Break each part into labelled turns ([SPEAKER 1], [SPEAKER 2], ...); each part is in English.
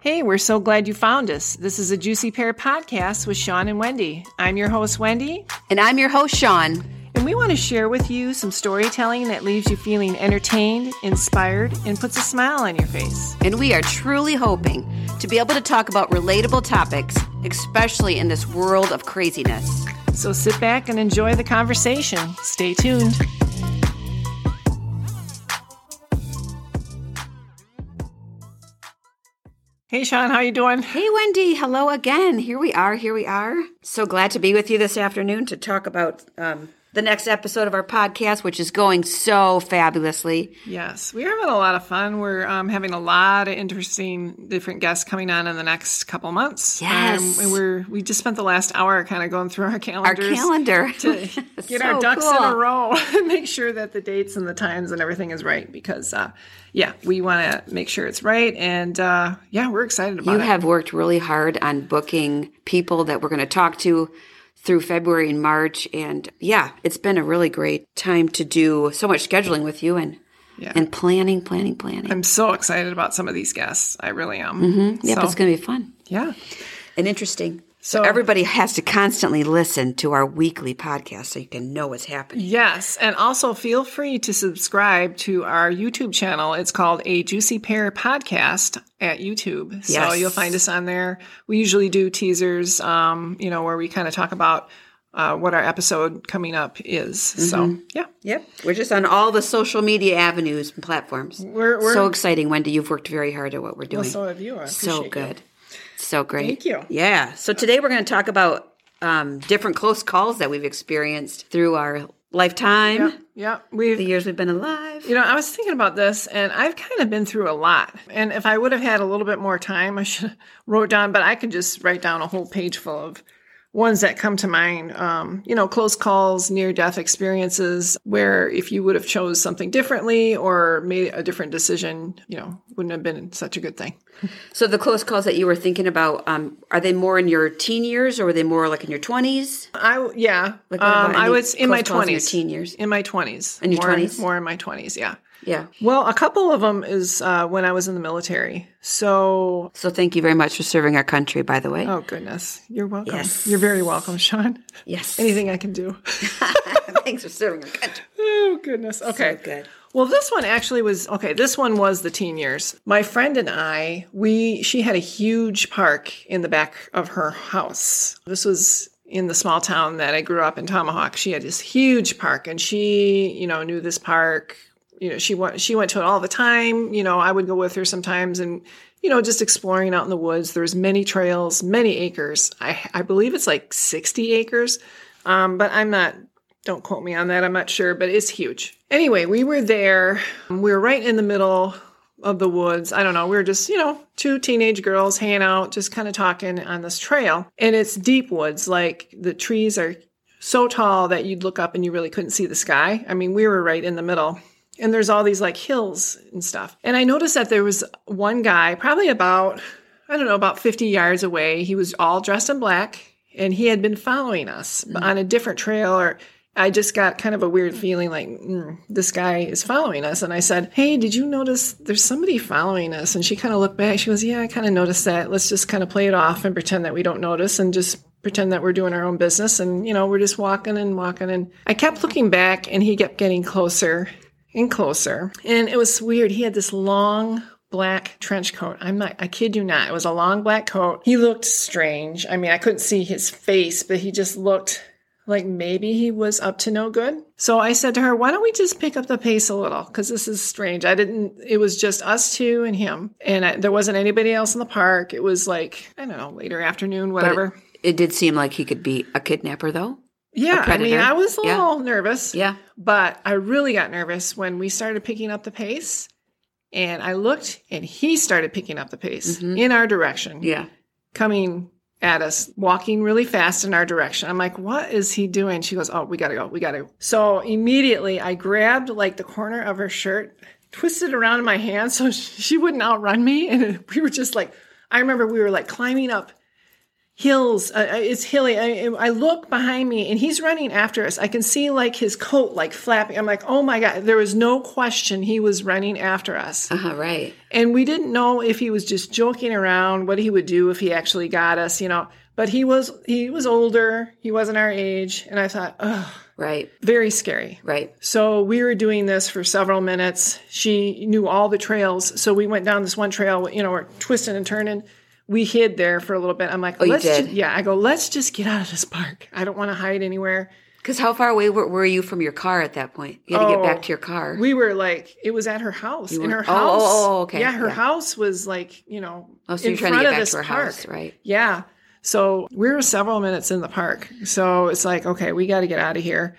[SPEAKER 1] Hey, we're so glad you found us. This is a Juicy Pear podcast with Sean and Wendy. I'm your host, Wendy,
[SPEAKER 2] And I'm your host, Sean.
[SPEAKER 1] and we want to share with you some storytelling that leaves you feeling entertained, inspired, and puts a smile on your face.
[SPEAKER 2] And we are truly hoping to be able to talk about relatable topics, especially in this world of craziness.
[SPEAKER 1] So sit back and enjoy the conversation. Stay tuned. Hey Sean, how you doing?
[SPEAKER 2] Hey, Wendy. Hello again. Here we are. Here we are. So glad to be with you this afternoon to talk about um, the next episode of our podcast, which is going so fabulously.
[SPEAKER 1] Yes, we're having a lot of fun. We're um, having a lot of interesting different guests coming on in the next couple months. Um,
[SPEAKER 2] Yes.
[SPEAKER 1] and we're we just spent the last hour kind of going through our
[SPEAKER 2] Our
[SPEAKER 1] calendars,
[SPEAKER 2] calendar.
[SPEAKER 1] get
[SPEAKER 2] So
[SPEAKER 1] our ducks in
[SPEAKER 2] cool.
[SPEAKER 1] a row, and make sure that the dates and the times and everything is right because uh, yeah, we want to make sure it's right, and uh, yeah, we're excited about
[SPEAKER 2] You
[SPEAKER 1] it.
[SPEAKER 2] have worked really hard on booking people that we're going to talk to through February and March. And yeah, it's been a really great time to do so much scheduling with you and
[SPEAKER 1] Yeah.
[SPEAKER 2] and planning, planning, planning.
[SPEAKER 1] I'm so excited about some of these guests. I really am.
[SPEAKER 2] Mm-hmm. yep,
[SPEAKER 1] So,
[SPEAKER 2] it's going to be fun
[SPEAKER 1] yeah.
[SPEAKER 2] and interesting.
[SPEAKER 1] So-
[SPEAKER 2] so everybody has to constantly listen to our weekly podcast so you can know what's happening.
[SPEAKER 1] Yes, and also feel free to subscribe to our YouTube channel. It's called A Juicy Pear Podcast at YouTube. So
[SPEAKER 2] Yes.
[SPEAKER 1] you'll find us on there. We usually do teasers, um, you know, where we kind of talk about uh, what our episode coming up is. So
[SPEAKER 2] Mm-hmm.
[SPEAKER 1] yeah,
[SPEAKER 2] Yep. We're just on all the social media avenues and platforms.
[SPEAKER 1] We're- we're-
[SPEAKER 2] so exciting, Wendy. You've worked very hard at what we're doing.
[SPEAKER 1] so have you. I
[SPEAKER 2] so
[SPEAKER 1] appreciate you.
[SPEAKER 2] good. So great.
[SPEAKER 1] Thank you.
[SPEAKER 2] Yeah. So today we're going to talk about um, different close calls that we've experienced through our lifetime,
[SPEAKER 1] Yeah, we've
[SPEAKER 2] the years we've been alive.
[SPEAKER 1] You know, I was thinking about this, and I've kind of been through a lot. And if I would have had a little bit more time, I should have wrote down. But I could just write down a whole page full of ones that come to mind. Um, you know, close calls, near death experiences, where if you would have chose something differently or made a different decision, you know, wouldn't have been such a good thing.
[SPEAKER 2] So the close calls that you were thinking about, um, are they more in your teen years or were they more like in your 20s?
[SPEAKER 1] I yeah,
[SPEAKER 2] Like, what about
[SPEAKER 1] um, I
[SPEAKER 2] any
[SPEAKER 1] was in my
[SPEAKER 2] close calls in your
[SPEAKER 1] twenties,
[SPEAKER 2] teen years?
[SPEAKER 1] in my twenties,
[SPEAKER 2] In your
[SPEAKER 1] More
[SPEAKER 2] 20s?
[SPEAKER 1] more in my twenties, yeah.
[SPEAKER 2] Yeah.
[SPEAKER 1] Well, a couple of them is uh, when I was in the military. So
[SPEAKER 2] So thank you very much for serving our country, by the way.
[SPEAKER 1] Oh goodness, you're welcome.
[SPEAKER 2] Yes.
[SPEAKER 1] You're very welcome, Sean.
[SPEAKER 2] Yes.
[SPEAKER 1] Anything I can do.
[SPEAKER 2] Thanks for serving our country.
[SPEAKER 1] oh goodness. Okay.
[SPEAKER 2] good.
[SPEAKER 1] Well, this one actually was okay. This one was the teen years. My friend and I, we she had a huge park in the back of her house. This was in the small town that I grew up in Tomahawk. She had this huge park and she, you know, knew this park. You know, she went she went to it all the time. You know, I would go with her sometimes and you know, just exploring out in the woods. There's many trails, many acres. I I believe it's like 60 acres. Um, but I'm not don't quote me on that. I'm not sure, but it's huge. Anyway, we were there. We were right in the middle of the woods. I don't know. We were just, you know, two teenage girls hanging out, just kind of talking on this trail. And it's deep woods. Like the trees are so tall that you'd look up and you really couldn't see the sky. I mean, we were right in the middle. And there's all these like hills and stuff. And I noticed that there was one guy, probably about, I don't know, about 50 yards away. He was all dressed in black and he had been following us but on a different trail or I just got kind of a weird feeling like mm, this guy is following us. And I said, Hey, did you notice there's somebody following us? And she kind of looked back. She goes, Yeah, I kind of noticed that. Let's just kind of play it off and pretend that we don't notice and just pretend that we're doing our own business. And, you know, we're just walking and walking. And I kept looking back and he kept getting closer and closer. And it was weird. He had this long black trench coat. I'm not, I kid you not. It was a long black coat. He looked strange. I mean, I couldn't see his face, but he just looked like maybe he was up to no good. So I said to her, why don't we just pick up the pace a little? Because this is strange. I didn't, it was just us two and him. And I, there wasn't anybody else in the park. It was like, I don't know, later afternoon, whatever.
[SPEAKER 2] It did seem like he could be a kidnapper, though.
[SPEAKER 1] yeah. I mean,
[SPEAKER 2] predator.
[SPEAKER 1] I was a
[SPEAKER 2] Yeah.
[SPEAKER 1] little nervous.
[SPEAKER 2] Yeah.
[SPEAKER 1] But I really got nervous when we started picking up the pace. And I looked and he started picking up the pace in our direction,
[SPEAKER 2] Yeah.
[SPEAKER 1] coming at us, walking really fast in our direction. I'm like, what is he doing? She goes, oh, we got to go. We got to go. So immediately I grabbed like the corner of her shirt, twisted it around in my hand so she wouldn't outrun me. And we were just like, I remember we were like climbing up hills. Uh, uh, it's hilly. I, I look behind me and he's running after us. I can see like his coat like flapping. I'm like, oh my God. There was no question he was running after us.
[SPEAKER 2] Uh-huh, right.
[SPEAKER 1] And we didn't know if he was just joking around, what he would do if he actually got us, you know. But he was he was older, he wasn't our age, and I thought, oh,
[SPEAKER 2] Right.
[SPEAKER 1] very scary.
[SPEAKER 2] Right.
[SPEAKER 1] So we were doing this for several minutes. She knew all the trails, so we went down this one trail. You know, we're twisting and turning. We hid there for a little bit. I'm like,
[SPEAKER 2] Oh, you
[SPEAKER 1] let's
[SPEAKER 2] did?
[SPEAKER 1] ju- yeah. I go, let's just get out of this park. I don't want to hide anywhere.
[SPEAKER 2] Because how far away were, were you from your car at that point? You had to get
[SPEAKER 1] Oh,
[SPEAKER 2] back to your car.
[SPEAKER 1] We were like, it was at her house. In
[SPEAKER 2] were-
[SPEAKER 1] her
[SPEAKER 2] oh,
[SPEAKER 1] house.
[SPEAKER 2] oh, oh, okay.
[SPEAKER 1] Yeah, her
[SPEAKER 2] Yeah.
[SPEAKER 1] house was like, you know,
[SPEAKER 2] oh, so you're
[SPEAKER 1] in
[SPEAKER 2] trying to
[SPEAKER 1] front
[SPEAKER 2] get
[SPEAKER 1] of
[SPEAKER 2] back
[SPEAKER 1] this
[SPEAKER 2] to her
[SPEAKER 1] park.
[SPEAKER 2] house, right?
[SPEAKER 1] Yeah. So we were several minutes in the park. So it's like, okay, we got to get out of here.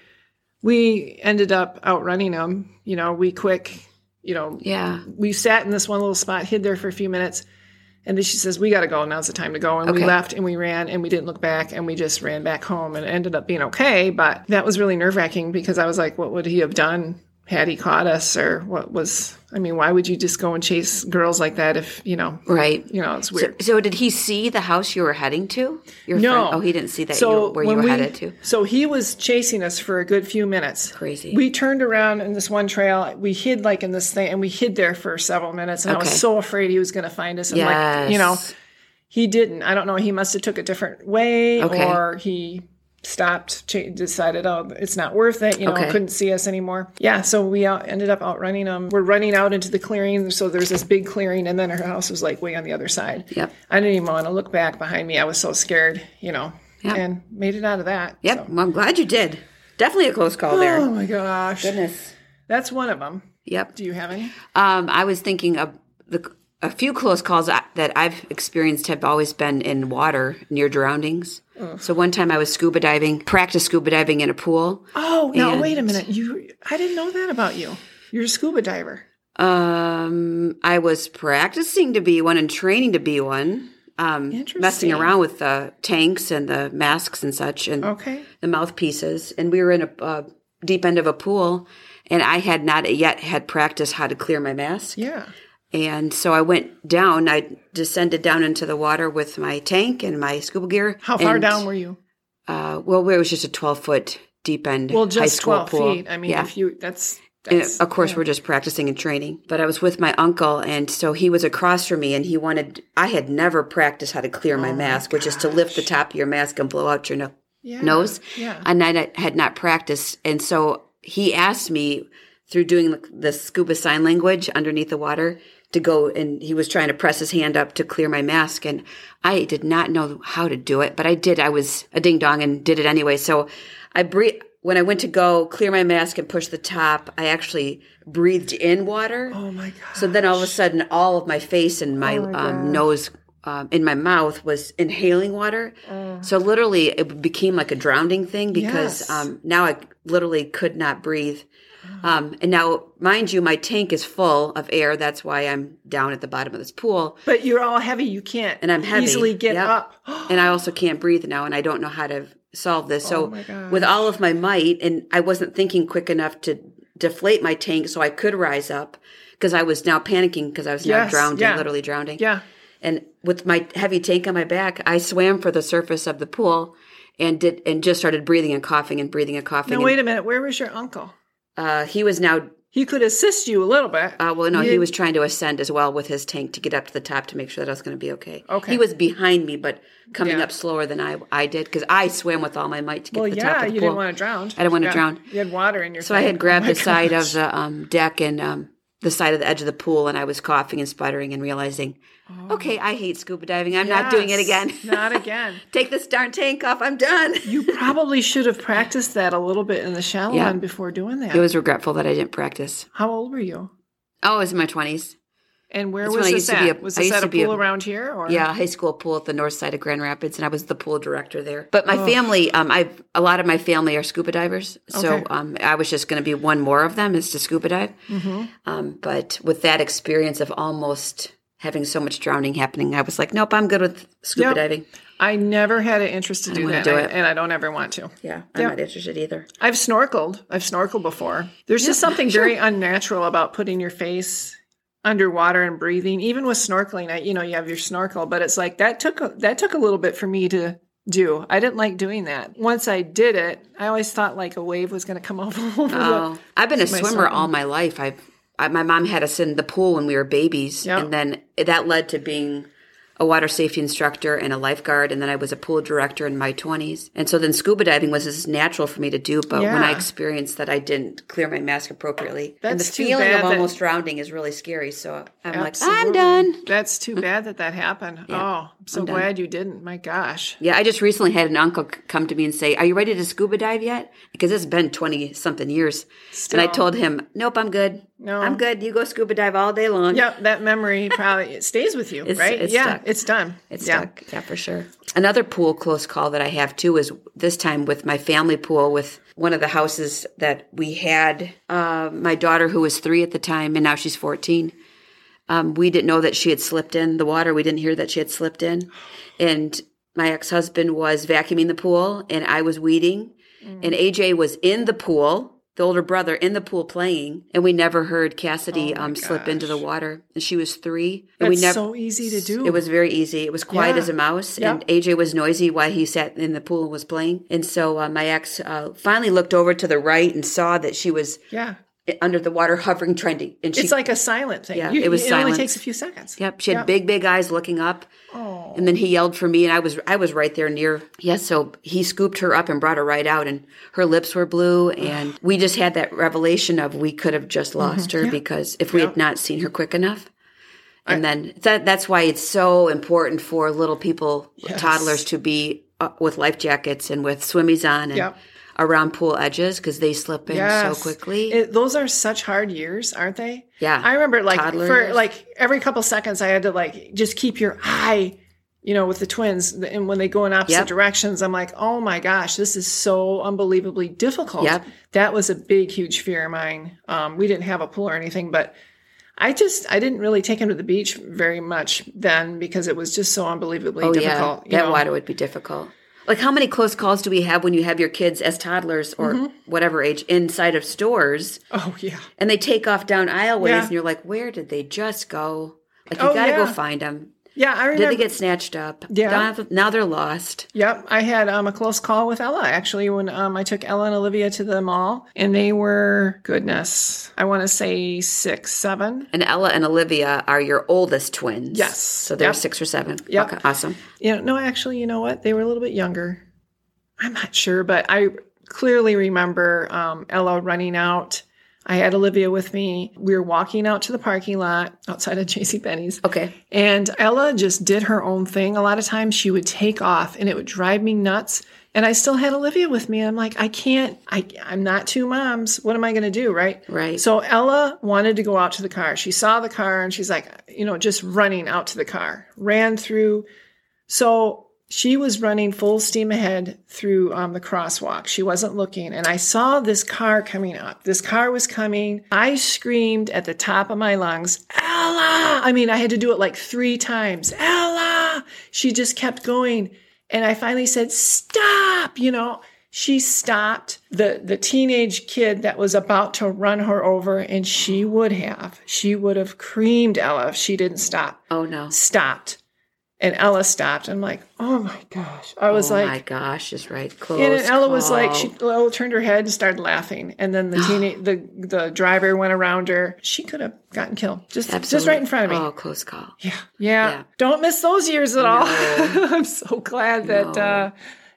[SPEAKER 1] We ended up outrunning them. You know, we quick, you know,
[SPEAKER 2] Yeah.
[SPEAKER 1] we sat in this one little spot, hid there for a few minutes. And then she says, We got to go. Now's the time to go. And we
[SPEAKER 2] Okay.
[SPEAKER 1] left and we ran and we didn't look back and we just ran back home and it ended up being okay. But that was really nerve wracking because I was like, What would he have done had he caught us? Or what was, I mean, why would you just go and chase girls like that if, you know,
[SPEAKER 2] Right.
[SPEAKER 1] you know, it's weird.
[SPEAKER 2] So did he see the house you were heading to? Your
[SPEAKER 1] No.
[SPEAKER 2] Friend? Oh, he didn't see that
[SPEAKER 1] so
[SPEAKER 2] you, where you
[SPEAKER 1] when
[SPEAKER 2] were
[SPEAKER 1] we,
[SPEAKER 2] headed to.
[SPEAKER 1] So he was chasing us for a good few minutes.
[SPEAKER 2] Crazy.
[SPEAKER 1] We turned around in this one trail. We hid like in this thing, and we hid there for several minutes. And I
[SPEAKER 2] Okay.
[SPEAKER 1] was so afraid he was going to find us. And like, you know,
[SPEAKER 2] Yes.
[SPEAKER 1] he didn't. I don't know. He must have took a different way,
[SPEAKER 2] Okay.
[SPEAKER 1] or he stopped, cha- decided, oh, it's not worth it. You know,
[SPEAKER 2] Okay.
[SPEAKER 1] couldn't see us anymore. Yeah. So we out, ended up outrunning him. We're running out into the clearing. So there's this big clearing, and then her house was like way on the other side.
[SPEAKER 2] Yep.
[SPEAKER 1] I didn't even want to look back behind me. I was so scared, you know,
[SPEAKER 2] Yeah.
[SPEAKER 1] and made it out of that.
[SPEAKER 2] Yep.
[SPEAKER 1] so.
[SPEAKER 2] Well, I'm glad you did. Definitely a close call there.
[SPEAKER 1] Oh my gosh.
[SPEAKER 2] Goodness.
[SPEAKER 1] That's one of them.
[SPEAKER 2] Yep.
[SPEAKER 1] Do you have any?
[SPEAKER 2] Um, I was thinking of the a few close calls I- that I've experienced have always been in water near drownings. So one time I was scuba diving, practice scuba diving in a pool.
[SPEAKER 1] Oh, no,
[SPEAKER 2] And-
[SPEAKER 1] wait a minute. You I didn't know that about you. You're a scuba diver.
[SPEAKER 2] Um, I was practicing to be one and training to be one. Um,
[SPEAKER 1] Interesting. Oh.
[SPEAKER 2] messing around with the tanks and the masks and such, and
[SPEAKER 1] Okay.
[SPEAKER 2] the mouthpieces and we were in a uh, deep end of a pool and i had not yet had practiced how to clear my mask
[SPEAKER 1] Yeah.
[SPEAKER 2] and so i went down i descended down into the water with my tank and my scuba gear
[SPEAKER 1] How far
[SPEAKER 2] and,
[SPEAKER 1] down were you?
[SPEAKER 2] uh, well it was just a 12 foot deep end
[SPEAKER 1] Well,
[SPEAKER 2] high
[SPEAKER 1] just
[SPEAKER 2] school
[SPEAKER 1] 12
[SPEAKER 2] pool
[SPEAKER 1] feet. I mean,
[SPEAKER 2] yeah
[SPEAKER 1] if you that's
[SPEAKER 2] And
[SPEAKER 1] that's
[SPEAKER 2] of course, we're just practicing and training. But I was with my uncle, and so he was across from me, and he wanted. I had never practiced how to clear my mask, which is to lift the top of your mask and blow out your no-
[SPEAKER 1] yeah,
[SPEAKER 2] nose
[SPEAKER 1] Yeah.
[SPEAKER 2] and I had not practiced. And so he asked me through doing the scuba sign language underneath the water to go and he was trying to press his hand up to clear my mask and I did not know how to do it, but I did. I was a ding dong and did it anyway. So I breathe when I went to go clear my mask and push the top, I actually breathed in water.
[SPEAKER 1] Oh my god.
[SPEAKER 2] So then all of a sudden, all of my face and my, um, nose um, in my mouth was inhaling water. So literally, it became like a drowning thing because
[SPEAKER 1] Yes.
[SPEAKER 2] um, now I literally could not breathe. Um, and now, mind you, my tank is full of air. That's why I'm down at the bottom of this pool.
[SPEAKER 1] But you're all heavy. You can't
[SPEAKER 2] And I'm heavy.
[SPEAKER 1] easily get
[SPEAKER 2] Yep.
[SPEAKER 1] up.
[SPEAKER 2] And I also can't breathe now, and I don't know how to solve this. So,
[SPEAKER 1] Oh my gosh.
[SPEAKER 2] with all of my might, and I wasn't thinking quick enough to deflate my tank so I could rise up because I was now panicking because I was now
[SPEAKER 1] Yes,
[SPEAKER 2] drowning,
[SPEAKER 1] yeah.
[SPEAKER 2] literally drowning.
[SPEAKER 1] yeah.
[SPEAKER 2] And with my heavy tank on my back, I swam for the surface of the pool and did and just started breathing and coughing and breathing and coughing.
[SPEAKER 1] Now
[SPEAKER 2] and,
[SPEAKER 1] wait a minute. Where was your uncle?
[SPEAKER 2] uh, he was now
[SPEAKER 1] He could assist you a little bit.
[SPEAKER 2] uh, well, no, he
[SPEAKER 1] You-
[SPEAKER 2] was trying to ascend as well with his tank to get up to the top to make sure that I was going to be okay.
[SPEAKER 1] Okay.
[SPEAKER 2] He was behind me, but coming
[SPEAKER 1] Yeah.
[SPEAKER 2] up slower than I I did because I swam with all my might to get
[SPEAKER 1] well,
[SPEAKER 2] to the top
[SPEAKER 1] yeah.
[SPEAKER 2] of the
[SPEAKER 1] You
[SPEAKER 2] pool.
[SPEAKER 1] didn't Oh want to drown.
[SPEAKER 2] I didn't wanna
[SPEAKER 1] Yeah.
[SPEAKER 2] drown.
[SPEAKER 1] You had water in your.
[SPEAKER 2] so I had grabbed the side of the um, deck and um, the side of the edge of the pool, and I was coughing and sputtering and realizing, okay, I hate scuba diving. I'm not doing it again.
[SPEAKER 1] Oh. not again.
[SPEAKER 2] Take this darn tank off. I'm done.
[SPEAKER 1] You probably should have practiced that a little bit in the shallow
[SPEAKER 2] Yeah.
[SPEAKER 1] end before doing that.
[SPEAKER 2] It was regretful that I didn't practice.
[SPEAKER 1] How old were you?
[SPEAKER 2] Oh, I was in my twenties.
[SPEAKER 1] And where
[SPEAKER 2] That's
[SPEAKER 1] was
[SPEAKER 2] when I
[SPEAKER 1] this
[SPEAKER 2] used to be
[SPEAKER 1] at?
[SPEAKER 2] a-
[SPEAKER 1] was
[SPEAKER 2] I
[SPEAKER 1] this
[SPEAKER 2] used
[SPEAKER 1] at
[SPEAKER 2] to
[SPEAKER 1] a
[SPEAKER 2] be a-
[SPEAKER 1] pool around here? Or?
[SPEAKER 2] Yeah, high school pool at the north side of Grand Rapids, and I was the pool director there. But my family, um, I a lot of my family are scuba divers, so
[SPEAKER 1] Okay.
[SPEAKER 2] um, I was just going to be one more of them is to scuba dive.
[SPEAKER 1] Mm-hmm.
[SPEAKER 2] Um, but with that experience of almost having so much drowning happening, I was like, nope, I'm good with scuba
[SPEAKER 1] Yep.
[SPEAKER 2] diving.
[SPEAKER 1] I never had an interest to do
[SPEAKER 2] wanna
[SPEAKER 1] that,
[SPEAKER 2] do
[SPEAKER 1] and I-
[SPEAKER 2] it.
[SPEAKER 1] and I don't ever want to.
[SPEAKER 2] Yeah, I'm not interested either.
[SPEAKER 1] I've snorkeled. I've snorkeled before. There's just something very unnatural about putting your face underwater and breathing, even with snorkeling, I, you know, you have your snorkel, but it's like that took a, that took a little bit for me to do. I didn't like doing that. Once I did it, I always thought like a wave was going to come over. over
[SPEAKER 2] Oh, I've been a
[SPEAKER 1] my
[SPEAKER 2] swimmer
[SPEAKER 1] snorkel.
[SPEAKER 2] all my life. I've I, my mom had us in the pool when we were babies,
[SPEAKER 1] Yeah.
[SPEAKER 2] and then that led to being a water safety instructor and a lifeguard, and then I was a pool director in my twenties. And so then scuba diving was as natural for me to do, but when I
[SPEAKER 1] Yeah.
[SPEAKER 2] experienced that I didn't clear my mask appropriately, and the
[SPEAKER 1] That's too
[SPEAKER 2] feeling
[SPEAKER 1] bad
[SPEAKER 2] of
[SPEAKER 1] that-
[SPEAKER 2] almost drowning is really scary. So I'm like, I'm
[SPEAKER 1] Absolutely.
[SPEAKER 2] done.
[SPEAKER 1] That's too bad that that happened. oh, I'm so glad you didn't. My gosh.
[SPEAKER 2] Yeah, I just recently had an uncle c- come to me and say, "Are you ready to scuba dive yet?" Because it's been twenty something years, and I
[SPEAKER 1] Still.
[SPEAKER 2] told him, "Nope, I'm good.
[SPEAKER 1] No.
[SPEAKER 2] I'm good. You go scuba dive all day long.
[SPEAKER 1] Yep, that memory probably it stays with you,
[SPEAKER 2] It's-
[SPEAKER 1] right?
[SPEAKER 2] it's
[SPEAKER 1] yeah,
[SPEAKER 2] stuck.
[SPEAKER 1] it's done.
[SPEAKER 2] It's
[SPEAKER 1] yeah.
[SPEAKER 2] stuck. Yeah, for sure. Another pool close call that I have too is this time with my family pool with one of the houses that we had. Uh, my daughter, who was three at the time, and now she's 14. Um, we didn't know that she had slipped in the water. We didn't hear that she had slipped in. And my ex husband was vacuuming the pool, and I was weeding.
[SPEAKER 1] Mm.
[SPEAKER 2] And AJ was in the pool, the older brother in the pool playing, and we never heard
[SPEAKER 1] Oh
[SPEAKER 2] Cassidy um, slip into the water. And she was three. And we
[SPEAKER 1] It's
[SPEAKER 2] never
[SPEAKER 1] so easy to do.
[SPEAKER 2] it was very easy. It was quiet
[SPEAKER 1] Yeah.
[SPEAKER 2] as a mouse, and AJ was noisy while he sat in the pool and was playing. And so uh, my ex uh, finally looked over to the right and saw that she was
[SPEAKER 1] yeah.
[SPEAKER 2] under the water, hovering, trying to. And she,
[SPEAKER 1] It's like a silent thing.
[SPEAKER 2] Yeah,
[SPEAKER 1] You-
[SPEAKER 2] it was
[SPEAKER 1] It
[SPEAKER 2] silent.
[SPEAKER 1] only takes a few seconds.
[SPEAKER 2] yep, she had big, big eyes looking up. Oh. And then he yelled for me, and I was, I was right there near. Yes, so he scooped her up and brought her right out, and her lips were blue, and we just had that revelation of we could have
[SPEAKER 1] Mm-hmm.
[SPEAKER 2] just lost her because if we had not seen her quick enough. And then that, that's why it's so important for little people, toddlers, to be uh, with life jackets and with swimmies on and
[SPEAKER 1] Yep.
[SPEAKER 2] around pool edges because they slip in
[SPEAKER 1] Yes.
[SPEAKER 2] so quickly.
[SPEAKER 1] It, those are such hard years, aren't they?
[SPEAKER 2] Yeah.
[SPEAKER 1] I remember like
[SPEAKER 2] Toddler
[SPEAKER 1] for
[SPEAKER 2] years.
[SPEAKER 1] like every couple seconds I had to like just keep your eye, you know, with the twins and when they go in opposite
[SPEAKER 2] Yep.
[SPEAKER 1] directions, I'm like, "Oh my gosh, this is so unbelievably difficult."
[SPEAKER 2] Yep.
[SPEAKER 1] That was a big huge fear of mine. Um, we didn't have a pool or anything, but I just I didn't really take him to the beach very much then because it was just so unbelievably difficult. you
[SPEAKER 2] Oh, Yeah, that
[SPEAKER 1] know?
[SPEAKER 2] water would be difficult. Like, how many close calls do we have when you have your kids as toddlers or
[SPEAKER 1] Mm-hmm.
[SPEAKER 2] whatever age inside of stores
[SPEAKER 1] Oh yeah.
[SPEAKER 2] and they take off down aisleways
[SPEAKER 1] Yeah.
[SPEAKER 2] and you're like, where did they just go? Like, you
[SPEAKER 1] Oh,
[SPEAKER 2] gotta go
[SPEAKER 1] yeah.
[SPEAKER 2] find them.
[SPEAKER 1] Yeah, I
[SPEAKER 2] Did
[SPEAKER 1] remember
[SPEAKER 2] they get snatched up?
[SPEAKER 1] Yeah.
[SPEAKER 2] Now- Now they're lost.
[SPEAKER 1] Yep, I had um, a close call with Ella actually when um, I took Ella and Olivia to the mall, and they were goodness, I want to say six, seven.
[SPEAKER 2] And Ella and Olivia are your oldest twins.
[SPEAKER 1] Yes.
[SPEAKER 2] So they're
[SPEAKER 1] Yep.
[SPEAKER 2] six or seven.
[SPEAKER 1] Yep.
[SPEAKER 2] Okay, awesome.
[SPEAKER 1] You know, no, actually, you know what? They were a little bit younger. I'm not sure, but I clearly remember um, Ella running out. I had Olivia with me. We were walking out to the parking lot outside of J.C. Penney's.
[SPEAKER 2] Okay.
[SPEAKER 1] And Ella just did her own thing. A lot of times she would take off and it would drive me nuts. And I still had Olivia with me. I'm like, I can't, I, I'm not two moms. What am I going to do? Right.
[SPEAKER 2] Right.
[SPEAKER 1] So Ella wanted to go out to the car. She saw the car and she's like, you know, just running out to the car, ran through. So she was running full steam ahead through um, the crosswalk. She wasn't looking. And I saw this car coming up. This car was coming. I screamed at the top of my lungs, Ella! I mean, I had to do it like three times. Ella! She just kept going. And I finally said, stop, you know. She stopped the, the teenage kid that was about to run her over, and she would have. She would have creamed Ella if she didn't stop
[SPEAKER 2] Oh, no.
[SPEAKER 1] stopped and Ella stopped. I'm like, oh my gosh. I was
[SPEAKER 2] oh, my
[SPEAKER 1] like,
[SPEAKER 2] gosh. Is right. Close.
[SPEAKER 1] and then Ella was like,
[SPEAKER 2] call.
[SPEAKER 1] she Ella turned her head and started laughing. And then the teen, the the driver went around her. She could have gotten killed just just right in front of me.
[SPEAKER 2] Oh, close call.
[SPEAKER 1] Yeah. yeah,
[SPEAKER 2] Yeah.
[SPEAKER 1] Don't miss those years at all. I'm so glad that.
[SPEAKER 2] No.
[SPEAKER 1] uh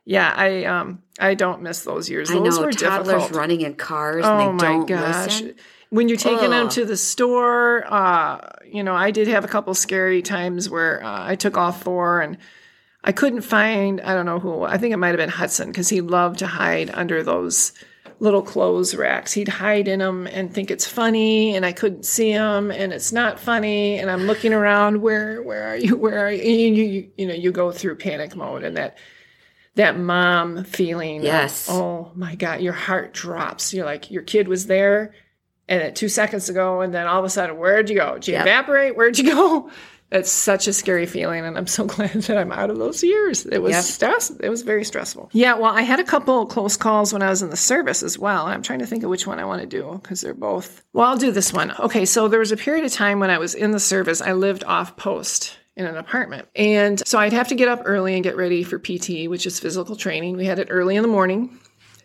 [SPEAKER 1] Yeah, I um I don't miss those years.
[SPEAKER 2] I
[SPEAKER 1] Those
[SPEAKER 2] know
[SPEAKER 1] were
[SPEAKER 2] toddlers
[SPEAKER 1] difficult.
[SPEAKER 2] running in cars
[SPEAKER 1] Oh
[SPEAKER 2] and they
[SPEAKER 1] my
[SPEAKER 2] don't
[SPEAKER 1] gosh.
[SPEAKER 2] listen.
[SPEAKER 1] When you're taking them
[SPEAKER 2] Ugh.
[SPEAKER 1] to the store, uh, you know, I did have a couple scary times where uh, I took all four and I couldn't find, I don't know who, I think it might have been Hudson because he loved to hide under those little clothes racks. He'd hide in them and think it's funny and I couldn't see him and it's not funny and I'm looking around, where, where are you? Where are you? And you, you, you know, you go through panic mode and that, that mom feeling. of,
[SPEAKER 2] Yes.
[SPEAKER 1] oh my God, your heart drops. You're like, your kid was there and then two seconds ago, and then all of a sudden, where'd you go? Did you
[SPEAKER 2] Yep.
[SPEAKER 1] evaporate? Where'd you go? That's such a scary feeling, and I'm so glad that I'm out of those years. It was
[SPEAKER 2] Yes.
[SPEAKER 1] stress. It was very stressful. Yeah. Well, I had a couple of close calls when I was in the service as well. I'm trying to think of which one I want to do because they're both. Well, I'll do this one. Okay. So there was a period of time when I was in the service. I lived off post in an apartment, and so I'd have to get up early and get ready for PT, which is physical training. We had it early in the morning.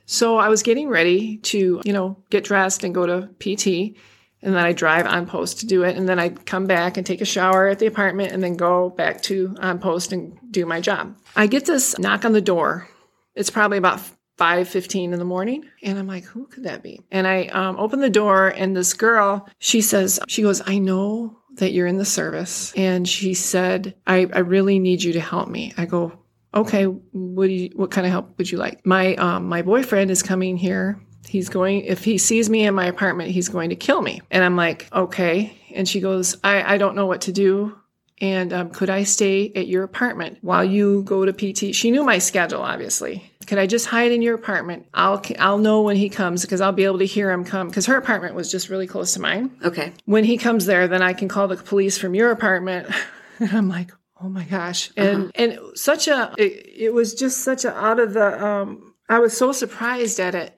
[SPEAKER 1] So I was getting ready to, you know, get dressed and go to PT. And then I drive on post to do it. And then I'd come back and take a shower at the apartment and then go back to on post and do my job. I get this knock on the door. It's probably about 5.15 in the morning. And I'm like, who could that be? And I um, open the door and this girl, she says, she goes, I know that you're in the service. And she said, I, I really need you to help me. I go, okay, what do you, what kind of help would you like? My, um, my boyfriend is coming here he's going if he sees me in my apartment he's going to kill me and i'm like okay and she goes i, I don't know what to do and um, could i stay at your apartment while you go to pt she knew my schedule obviously could i just hide in your apartment i'll i'll know when he comes because i'll be able to hear him come because her apartment was just really close to mine
[SPEAKER 2] Okay.
[SPEAKER 1] when he comes there, then I can call the police from your apartment. And I'm like, oh my gosh. And and such a it, it was just such a out of the um I was so surprised at it.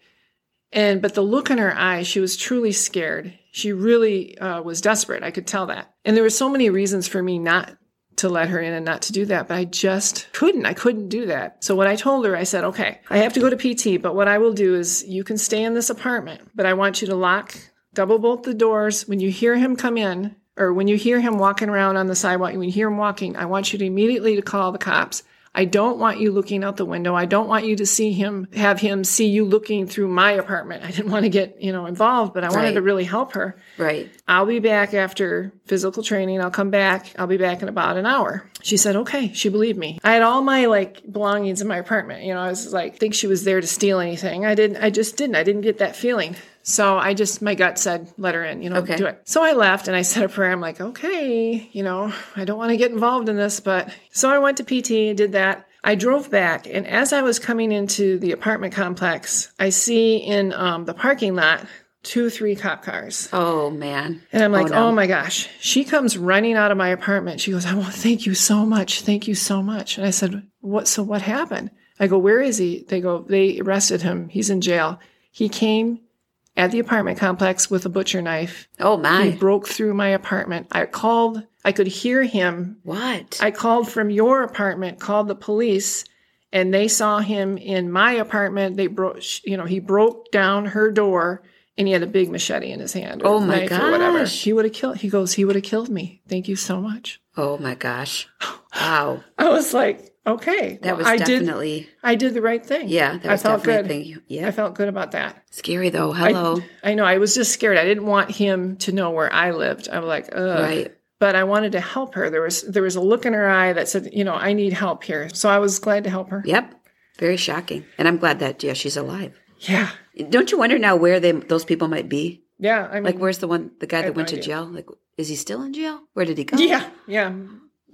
[SPEAKER 1] And but the look in her eye, she was truly scared. She really uh, was desperate. I could tell that. And there were so many reasons for me not to let her in and not to do that, but I just couldn't. I couldn't do that. So when I told her, I said, okay, I have to go to PT, but what I will do is you can stay in this apartment, but I want you to lock, double bolt the doors. When you hear him come in, or when you hear him walking around on the sidewalk, when you hear him walking, I want you to immediately to call the cops. I don't want you looking out the window. I don't want you to see him, have him see you looking through my apartment. I didn't want to get, you know, involved, but I wanted
[SPEAKER 2] Right.
[SPEAKER 1] to really help her.
[SPEAKER 2] Right.
[SPEAKER 1] I'll be back after physical training. I'll come back. I'll be back in about an hour. She said, okay. She believed me. I had all my like belongings in my apartment. You know, I was like, think she was there to steal anything. I didn't, I just didn't. I didn't get that feeling. So I just, my gut said, let her in, you know,
[SPEAKER 2] Okay.
[SPEAKER 1] do it. So I left and I said a prayer. I'm like, okay, you know, I don't want to get involved in this, but so I went to PT and did that. I drove back, and as I was coming into the apartment complex, I see in um, the parking lot two, three cop cars.
[SPEAKER 2] Oh man.
[SPEAKER 1] And I'm like, oh,
[SPEAKER 2] no.
[SPEAKER 1] my gosh. She comes running out of my apartment. She goes, I want thank you so much. Thank you so much. And I said, What so what happened? I go, Where is he? They go, they arrested him. He's in jail. He came at the apartment complex with a butcher knife.
[SPEAKER 2] Oh
[SPEAKER 1] He
[SPEAKER 2] my.
[SPEAKER 1] broke through my apartment. I called, I could hear him.
[SPEAKER 2] What?
[SPEAKER 1] I called from your apartment, called the police, and they saw him in my apartment. They broke, you know, he broke down her door and he had a big machete in his hand. or
[SPEAKER 2] Oh my
[SPEAKER 1] knife Or whatever.
[SPEAKER 2] gosh.
[SPEAKER 1] He would have killed, he goes, he would have killed me. Thank you so much.
[SPEAKER 2] oh my gosh. Wow.
[SPEAKER 1] I was like, okay. well,
[SPEAKER 2] That was
[SPEAKER 1] I did,
[SPEAKER 2] definitely
[SPEAKER 1] I did the right thing.
[SPEAKER 2] yeah, that
[SPEAKER 1] I
[SPEAKER 2] was
[SPEAKER 1] felt
[SPEAKER 2] definitely
[SPEAKER 1] good.
[SPEAKER 2] a thing.
[SPEAKER 1] I
[SPEAKER 2] Yeah.
[SPEAKER 1] felt good about that.
[SPEAKER 2] Scary though. Hello.
[SPEAKER 1] I know. I was just scared. I didn't want him to know where I lived. I'm like, ugh.
[SPEAKER 2] Right.
[SPEAKER 1] But I wanted to help her. There was there was a look in her eye that said, you know, I need help here. So I was glad to help her.
[SPEAKER 2] Yep. Very shocking. And I'm glad that yeah, she's alive.
[SPEAKER 1] Yeah.
[SPEAKER 2] Don't you wonder now where they those people might be?
[SPEAKER 1] Yeah. I mean,
[SPEAKER 2] Like where's the one the guy
[SPEAKER 1] have
[SPEAKER 2] that went
[SPEAKER 1] no
[SPEAKER 2] to
[SPEAKER 1] idea.
[SPEAKER 2] jail? Like is he still in jail? Where did he go?
[SPEAKER 1] yeah. Yeah.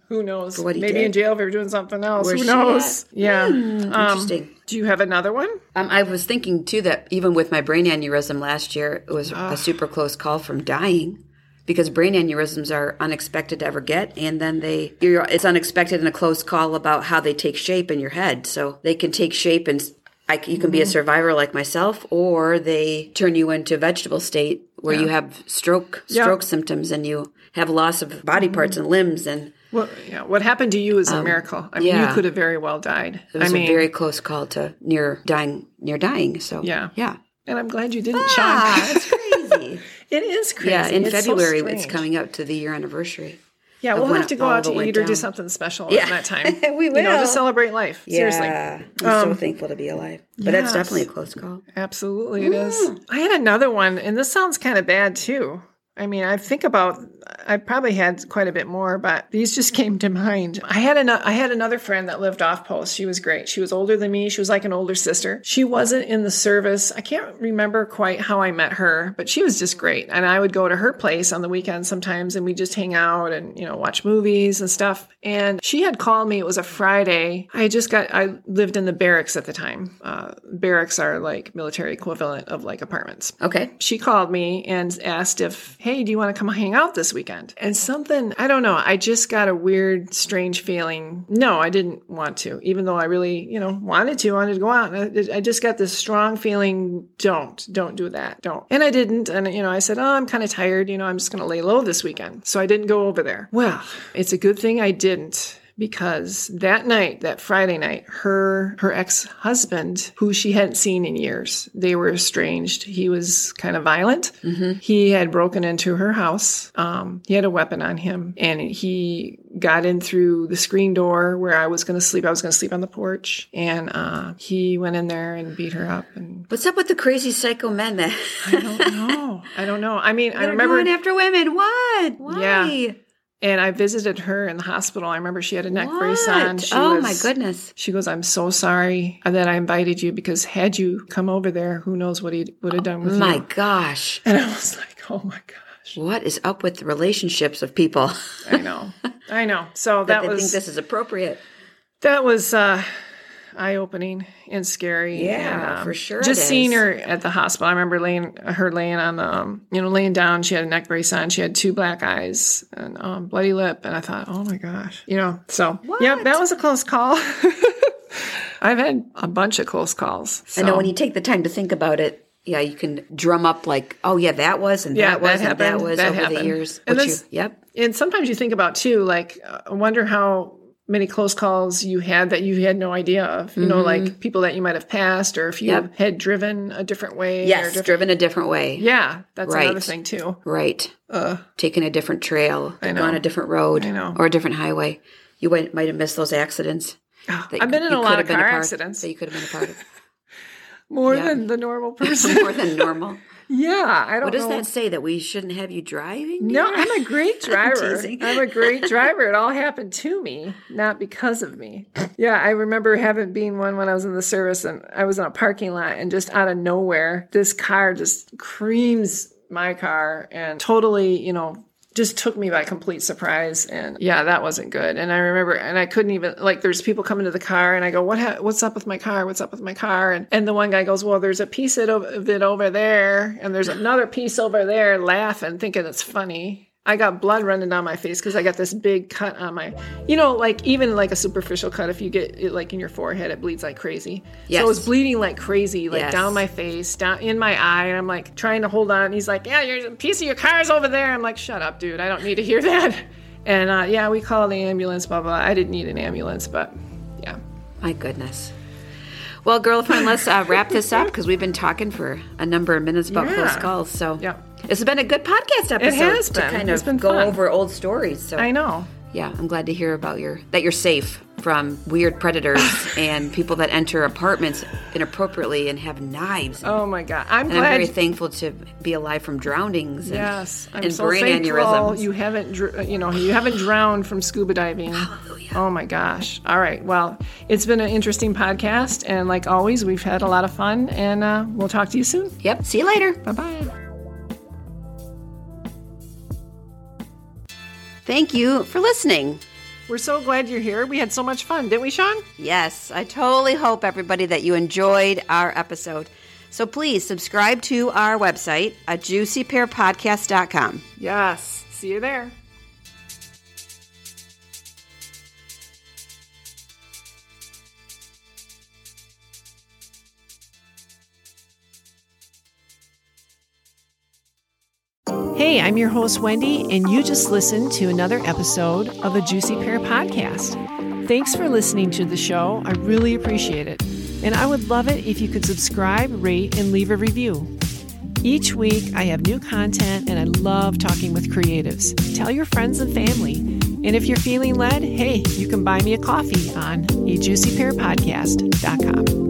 [SPEAKER 1] Who knows?
[SPEAKER 2] For what he
[SPEAKER 1] Maybe
[SPEAKER 2] did.
[SPEAKER 1] in jail if you're doing something else.
[SPEAKER 2] Where's
[SPEAKER 1] Who
[SPEAKER 2] she at? Hmm.
[SPEAKER 1] knows? Yeah. Um,
[SPEAKER 2] Interesting.
[SPEAKER 1] do you have another one?
[SPEAKER 2] Um, I was thinking too that even with my brain aneurysm last year, it was a super close call from dying because brain aneurysms are unexpected to ever get, and then they you're, it's unexpected and a close call about how they take shape in your head. So they can take shape and. s- I c you can
[SPEAKER 1] Mm-hmm.
[SPEAKER 2] be a survivor like myself, or they turn you into vegetable state where you have stroke stroke symptoms and you have loss of body
[SPEAKER 1] Mm-hmm.
[SPEAKER 2] parts and limbs, and
[SPEAKER 1] What, yeah, what happened to you is a miracle. I mean,
[SPEAKER 2] Um, yeah.
[SPEAKER 1] you could have very well died.
[SPEAKER 2] it
[SPEAKER 1] I
[SPEAKER 2] was
[SPEAKER 1] mean,
[SPEAKER 2] a very close call to near dying near dying. So
[SPEAKER 1] Yeah.
[SPEAKER 2] yeah,
[SPEAKER 1] and I'm glad you didn't,
[SPEAKER 2] ah,
[SPEAKER 1] Sean.
[SPEAKER 2] it's crazy.
[SPEAKER 1] It is crazy.
[SPEAKER 2] Yeah, in
[SPEAKER 1] It's so
[SPEAKER 2] February it's
[SPEAKER 1] strange.
[SPEAKER 2] coming up to the year anniversary.
[SPEAKER 1] Yeah, we'll
[SPEAKER 2] when
[SPEAKER 1] have to go
[SPEAKER 2] all
[SPEAKER 1] out
[SPEAKER 2] of it
[SPEAKER 1] to
[SPEAKER 2] went
[SPEAKER 1] eat or do
[SPEAKER 2] down.
[SPEAKER 1] something special
[SPEAKER 2] Yeah.
[SPEAKER 1] at that time.
[SPEAKER 2] We
[SPEAKER 1] You know,
[SPEAKER 2] will.
[SPEAKER 1] to celebrate life. Seriously.
[SPEAKER 2] Yeah, I'm
[SPEAKER 1] Um,
[SPEAKER 2] so thankful to be alive. But
[SPEAKER 1] yes.
[SPEAKER 2] that's definitely a close call.
[SPEAKER 1] Absolutely, it is. I had another one, and this sounds kind of bad too. I mean, I think about. I probably had quite a bit more, but these just came to mind. I had an, I had another friend that lived off post. She was great. She was older than me. She was like an older sister. She wasn't in the service. I can't remember quite how I met her, but she was just great. And I would go to her place on the weekends sometimes, and we just hang out and you know watch movies and stuff. And she had called me. It was a Friday. I had just got. I lived in the barracks at the time. Uh, barracks are like military equivalent of like apartments
[SPEAKER 2] Okay.
[SPEAKER 1] she called me and asked if, hey, do you want to come hang out this weekend? And something, I don't know, I just got a weird, strange feeling. No, I didn't want to, even though I really, you know, wanted to, wanted to go out. I, I just got this strong feeling, don't, don't do that, don't. And I didn't. And, you know, I said, oh, I'm kind of tired, you know, I'm just going to lay low this weekend. So I didn't go over there. Well, it's a good thing I didn't because that night that friday night her her ex-husband who she hadn't seen in years they were estranged he was kind of violent
[SPEAKER 2] Mm-hmm.
[SPEAKER 1] he had broken into her house um, he had a weapon on him and he got in through the screen door where i was going to sleep i was going to sleep on the porch and uh, he went in there and beat her up and
[SPEAKER 2] What's up with the crazy psycho men that
[SPEAKER 1] i don't know i don't know i mean i
[SPEAKER 2] are
[SPEAKER 1] remember
[SPEAKER 2] going after women? What? Why?
[SPEAKER 1] Yeah. and i visited her in the hospital i remember she had a neck brace
[SPEAKER 2] What?
[SPEAKER 1] on She
[SPEAKER 2] oh my
[SPEAKER 1] was-
[SPEAKER 2] goodness.
[SPEAKER 1] She goes, I'm so sorry that I invited you because had you come over there, who knows what he would have done with
[SPEAKER 2] My
[SPEAKER 1] you.
[SPEAKER 2] gosh.
[SPEAKER 1] And I was like, oh my gosh.
[SPEAKER 2] What is up with the relationships of people
[SPEAKER 1] I know. I know. So
[SPEAKER 2] that
[SPEAKER 1] that
[SPEAKER 2] they think
[SPEAKER 1] was
[SPEAKER 2] this is appropriate?
[SPEAKER 1] that was uh eye opening and scary.
[SPEAKER 2] Yeah,
[SPEAKER 1] and, um,
[SPEAKER 2] for sure it
[SPEAKER 1] Just seeing
[SPEAKER 2] is.
[SPEAKER 1] her at the hospital. I remember laying her laying on the um, you know, laying down, she had a neck brace on, she had two black eyes and um bloody lip, and I thought, oh my gosh. You know, so yeah,
[SPEAKER 2] What?
[SPEAKER 1] that was a close call. I've had a bunch of close calls.
[SPEAKER 2] I know
[SPEAKER 1] so.
[SPEAKER 2] when you take the time to think about it, yeah, you can drum up like, oh yeah, that was and
[SPEAKER 1] Yeah,
[SPEAKER 2] that was
[SPEAKER 1] that
[SPEAKER 2] and that
[SPEAKER 1] happened,
[SPEAKER 2] was
[SPEAKER 1] that
[SPEAKER 2] over the
[SPEAKER 1] happened.
[SPEAKER 2] years.
[SPEAKER 1] And
[SPEAKER 2] Which you,
[SPEAKER 1] that's-
[SPEAKER 2] yep.
[SPEAKER 1] and sometimes you think about too like uh, i wonder how many close calls you had that you had no idea of you know like people that you might have passed or if you
[SPEAKER 2] Mm-hmm. Yep.
[SPEAKER 1] had driven a different way or
[SPEAKER 2] Yes,
[SPEAKER 1] different-
[SPEAKER 2] driven a different way.
[SPEAKER 1] yeah that's another
[SPEAKER 2] Right.
[SPEAKER 1] thing too
[SPEAKER 2] Right.
[SPEAKER 1] uh,
[SPEAKER 2] Taking a different trail,
[SPEAKER 1] I know.
[SPEAKER 2] on a different road,
[SPEAKER 1] I know.
[SPEAKER 2] or a different highway. You might, might have missed those accidents. that you
[SPEAKER 1] i've been in
[SPEAKER 2] could- you
[SPEAKER 1] a
[SPEAKER 2] could
[SPEAKER 1] lot
[SPEAKER 2] have
[SPEAKER 1] of
[SPEAKER 2] been
[SPEAKER 1] car
[SPEAKER 2] part-
[SPEAKER 1] accidents
[SPEAKER 2] That you could have been a part of.
[SPEAKER 1] more
[SPEAKER 2] yeah.
[SPEAKER 1] than the normal person
[SPEAKER 2] More than normal.
[SPEAKER 1] yeah i don't
[SPEAKER 2] What does
[SPEAKER 1] know
[SPEAKER 2] that say? That we shouldn't have you driving?
[SPEAKER 1] no
[SPEAKER 2] dear?
[SPEAKER 1] i'm a great driver
[SPEAKER 2] teasing.
[SPEAKER 1] i'm a great driver it all happened to me not because of me yeah i remember having being one when i was in the service and i was in a parking lot and just out of nowhere this car just creams my car and totally you know just took me by complete surprise and yeah that wasn't good and i remember and i couldn't even like there's people coming to the car and i go what ha- what's up with my car what's up with my car and, and the one guy goes well there's a piece of it o- of it over there and there's another piece over there laughing thinking it's funny i got blood running down my face because i got this big cut on my you know like even like a superficial cut if you get it like in your forehead it bleeds like crazy so
[SPEAKER 2] Yes.
[SPEAKER 1] it was bleeding like crazy like
[SPEAKER 2] Yes.
[SPEAKER 1] down my face, down in my eye, and I'm like trying to hold on. And he's like, "Yeah, your piece of your car's over there." I'm like, "Shut up, dude! I don't need to hear that." And uh, yeah, we called the ambulance, blah blah. I didn't need an ambulance, but yeah,
[SPEAKER 2] My goodness. Well, girlfriend, let's uh, wrap this up because we've been talking for a number of minutes about
[SPEAKER 1] Yeah.
[SPEAKER 2] close calls. So
[SPEAKER 1] Yeah.
[SPEAKER 2] it's been a good podcast episode
[SPEAKER 1] has
[SPEAKER 2] to
[SPEAKER 1] been.
[SPEAKER 2] kind
[SPEAKER 1] It's
[SPEAKER 2] of
[SPEAKER 1] been
[SPEAKER 2] go
[SPEAKER 1] fun.
[SPEAKER 2] over old stories. So
[SPEAKER 1] I know.
[SPEAKER 2] yeah, I'm glad to hear about your that you're safe from weird predators and people that enter apartments inappropriately and have knives.
[SPEAKER 1] Oh my god, I'm
[SPEAKER 2] and I'm
[SPEAKER 1] glad.
[SPEAKER 2] very thankful to be alive from drownings and,
[SPEAKER 1] yes, I'm
[SPEAKER 2] and
[SPEAKER 1] so
[SPEAKER 2] brain
[SPEAKER 1] thankful
[SPEAKER 2] aneurysms.
[SPEAKER 1] you haven't, dr- you know, you haven't drowned from scuba diving.
[SPEAKER 2] Hallelujah.
[SPEAKER 1] Oh my gosh! All right, well, it's been an interesting podcast, and like always, we've had a lot of fun, and uh, we'll talk to you soon.
[SPEAKER 2] Yep. See you later.
[SPEAKER 1] Bye bye.
[SPEAKER 2] Thank you for listening.
[SPEAKER 1] We're so glad you're here. We had so much fun, didn't we, Sean?
[SPEAKER 2] Yes, I totally hope everybody that you enjoyed our episode. So please subscribe to our website at juicypearpodcast.com.
[SPEAKER 1] Yes. See you there. Hey, I'm your host, Wendy, and you just listened to another episode of the Juicy Pear Podcast. Thanks for listening to the show. I really appreciate it. And I would love it if you could subscribe, rate, and leave a review. Each week, I have new content and I love talking with creatives. Tell your friends and family. And if you're feeling led, hey, you can buy me a coffee on ajuicypearpodcast.com.